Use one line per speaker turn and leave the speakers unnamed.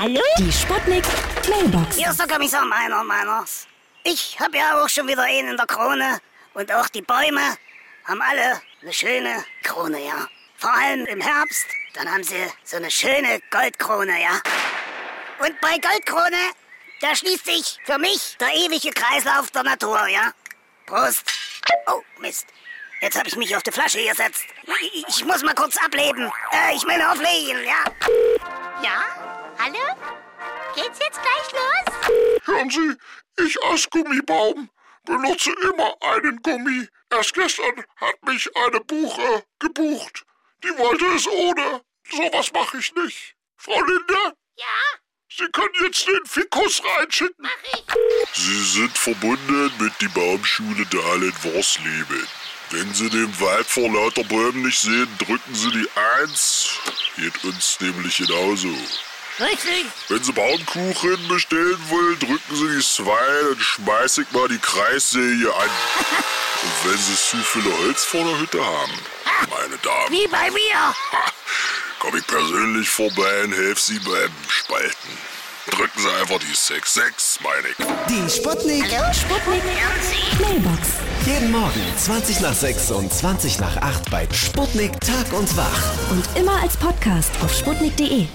Hallo?
Die Sputnik Mailbox.
Hier ist der Kommissar Meiner Meiners. Ich habe ja auch schon wieder einen in der Krone. Und auch die Bäume haben alle eine schöne Krone, ja. Vor allem im Herbst, dann haben sie so eine schöne Goldkrone, ja. Und bei Goldkrone, da schließt sich für mich der ewige Kreislauf der Natur, ja. Prost. Oh, Mist. Jetzt habe ich mich auf die Flasche gesetzt. Ich- Ich muss mal kurz ableben. Äh, ich meine auflegen, ja.
Ja? Hallo? Geht's jetzt gleich los?
Hören Sie, ich als Gummibaum benutze immer einen Gummi. Erst gestern hat mich eine Buche gebucht. Die wollte es ohne. Sowas mache ich nicht. Frau Linde,
Ja,
Sie können jetzt den Fikus reinschicken.
mach ich.
Sie sind verbunden mit die Baumschule Dahlen Worsleben. Wenn Sie den Wald vor lauter Bäumen nicht sehen, drücken Sie die Eins. Geht uns nämlich genauso.
Richtig.
Wenn Sie Baumkuchen bestellen wollen, drücken Sie die Zwei, dann schmeiß ich mal die Kreissäge an. Und wenn Sie zu viele Holz vor der Hütte haben, meine Damen,
Wie bei mir.
komme ich persönlich vorbei und helfe Sie beim Spalten. Drücken Sie einfach die 6-6, meine ich.
Die Sputnik.
Sputnik Mailbox.
Jeden Morgen 20 nach 6 und 20 nach 8 bei Sputnik Tag und Wach.
Und immer als Podcast auf sputnik.de.